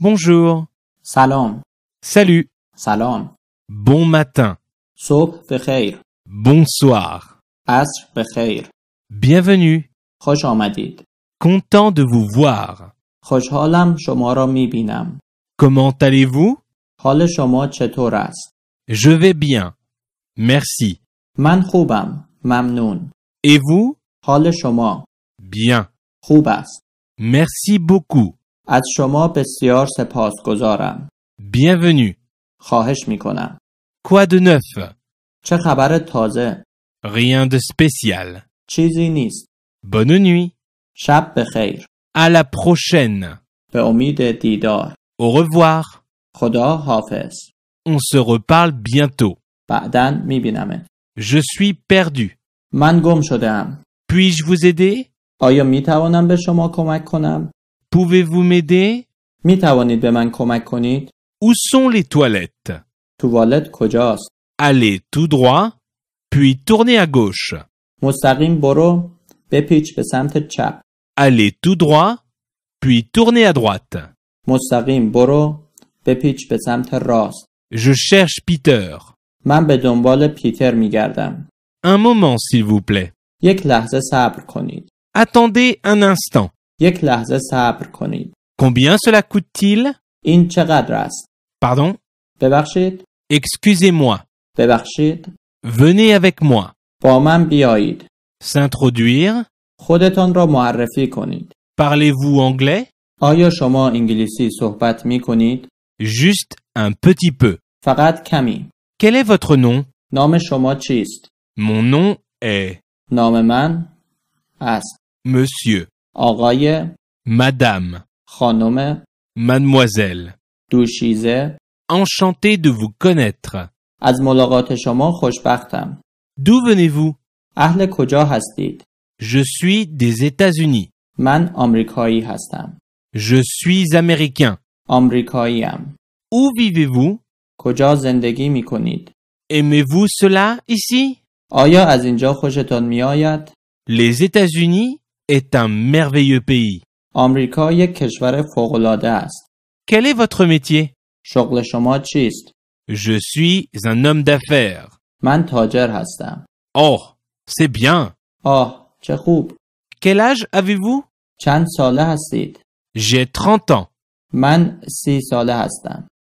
Bonjour. سلام Salut. سلام Bon matin. صبح بخیر Bonsoir. عصر بخیر Bienvenue. خوش آمدید Content de vous voir. خوشحالم شما را می بینم Comment allez-vous حال شما چطور است Je vais bien. Merci. من خوبم ممنون Et vous حال شما Bien. خوب است Merci beaucoup. از شما بسیار سپاسگزارم Bienvenue. خواهش می کنم Quoi de neuf چه خبر تازه Rien de spécial. چیزی نیست Bonne nuit. شب بخیر À la prochaine. به امید دیدار Au revoir. خدا حافظ On se reparle bientôt. بعدا می بینمه Je suis perdu. من گم شدم Puis-je vous aider آیا می توانم به شما کمک کنم؟ Pouvez-vous m'aider می توانید به من کمک کنید؟ Où sont les toilettes توالت کجاست؟ Allez tout droit, puis tournez à gauche. مستقیم برو بپیچ به سمت چپ Allez tout droit, puis tournez à droite. مستقیم برو بپیچ به سمت راست Je cherche Peter. من به دنبال پیتر می گردم Un moment, s'il vous plaît. یک لحظه صبر کنید Attendez un instant. یک لحظه صبر کنید Combien cela coûte-t-il این چقدر است؟ Pardon ببخشید Excusez-moi. ببخشید Venez avec moi. با من بیایید S'introduire خودتان را معرفی کنید Parlez-vous anglais آیا شما انگلیسی صحبت می کنید؟ Juste un petit peu. فقط کمی Quel est votre nom نام شما چیست؟ Mon nom est نام من است Monsieur, آقای Madame, خانم Mademoiselle. دوشیزه Enchanté de vous connaître. از ملاقات شما خوشبختم D'où venez-vous اهل کجا هستید؟ Je suis des États-Unis. من آمریکایی هستم Je suis américain. آمریکاییم Où vivez-vous کجا زندگی می کنید؟ Aimez-vous cela ici آیا از اینجا خوشتان می آید؟ Les États-Unis est un merveilleux pays. آمریکا یک کشور فوقالعاده است Quel est votre métier شغل شما چیست؟ Je suis un homme d'affaires. من تاجر هستم Oh, c'est bien. آه چه خوب Quel âge avez-vous چند ساله هستید؟ J'ai 30 ans. من سی ساله هستم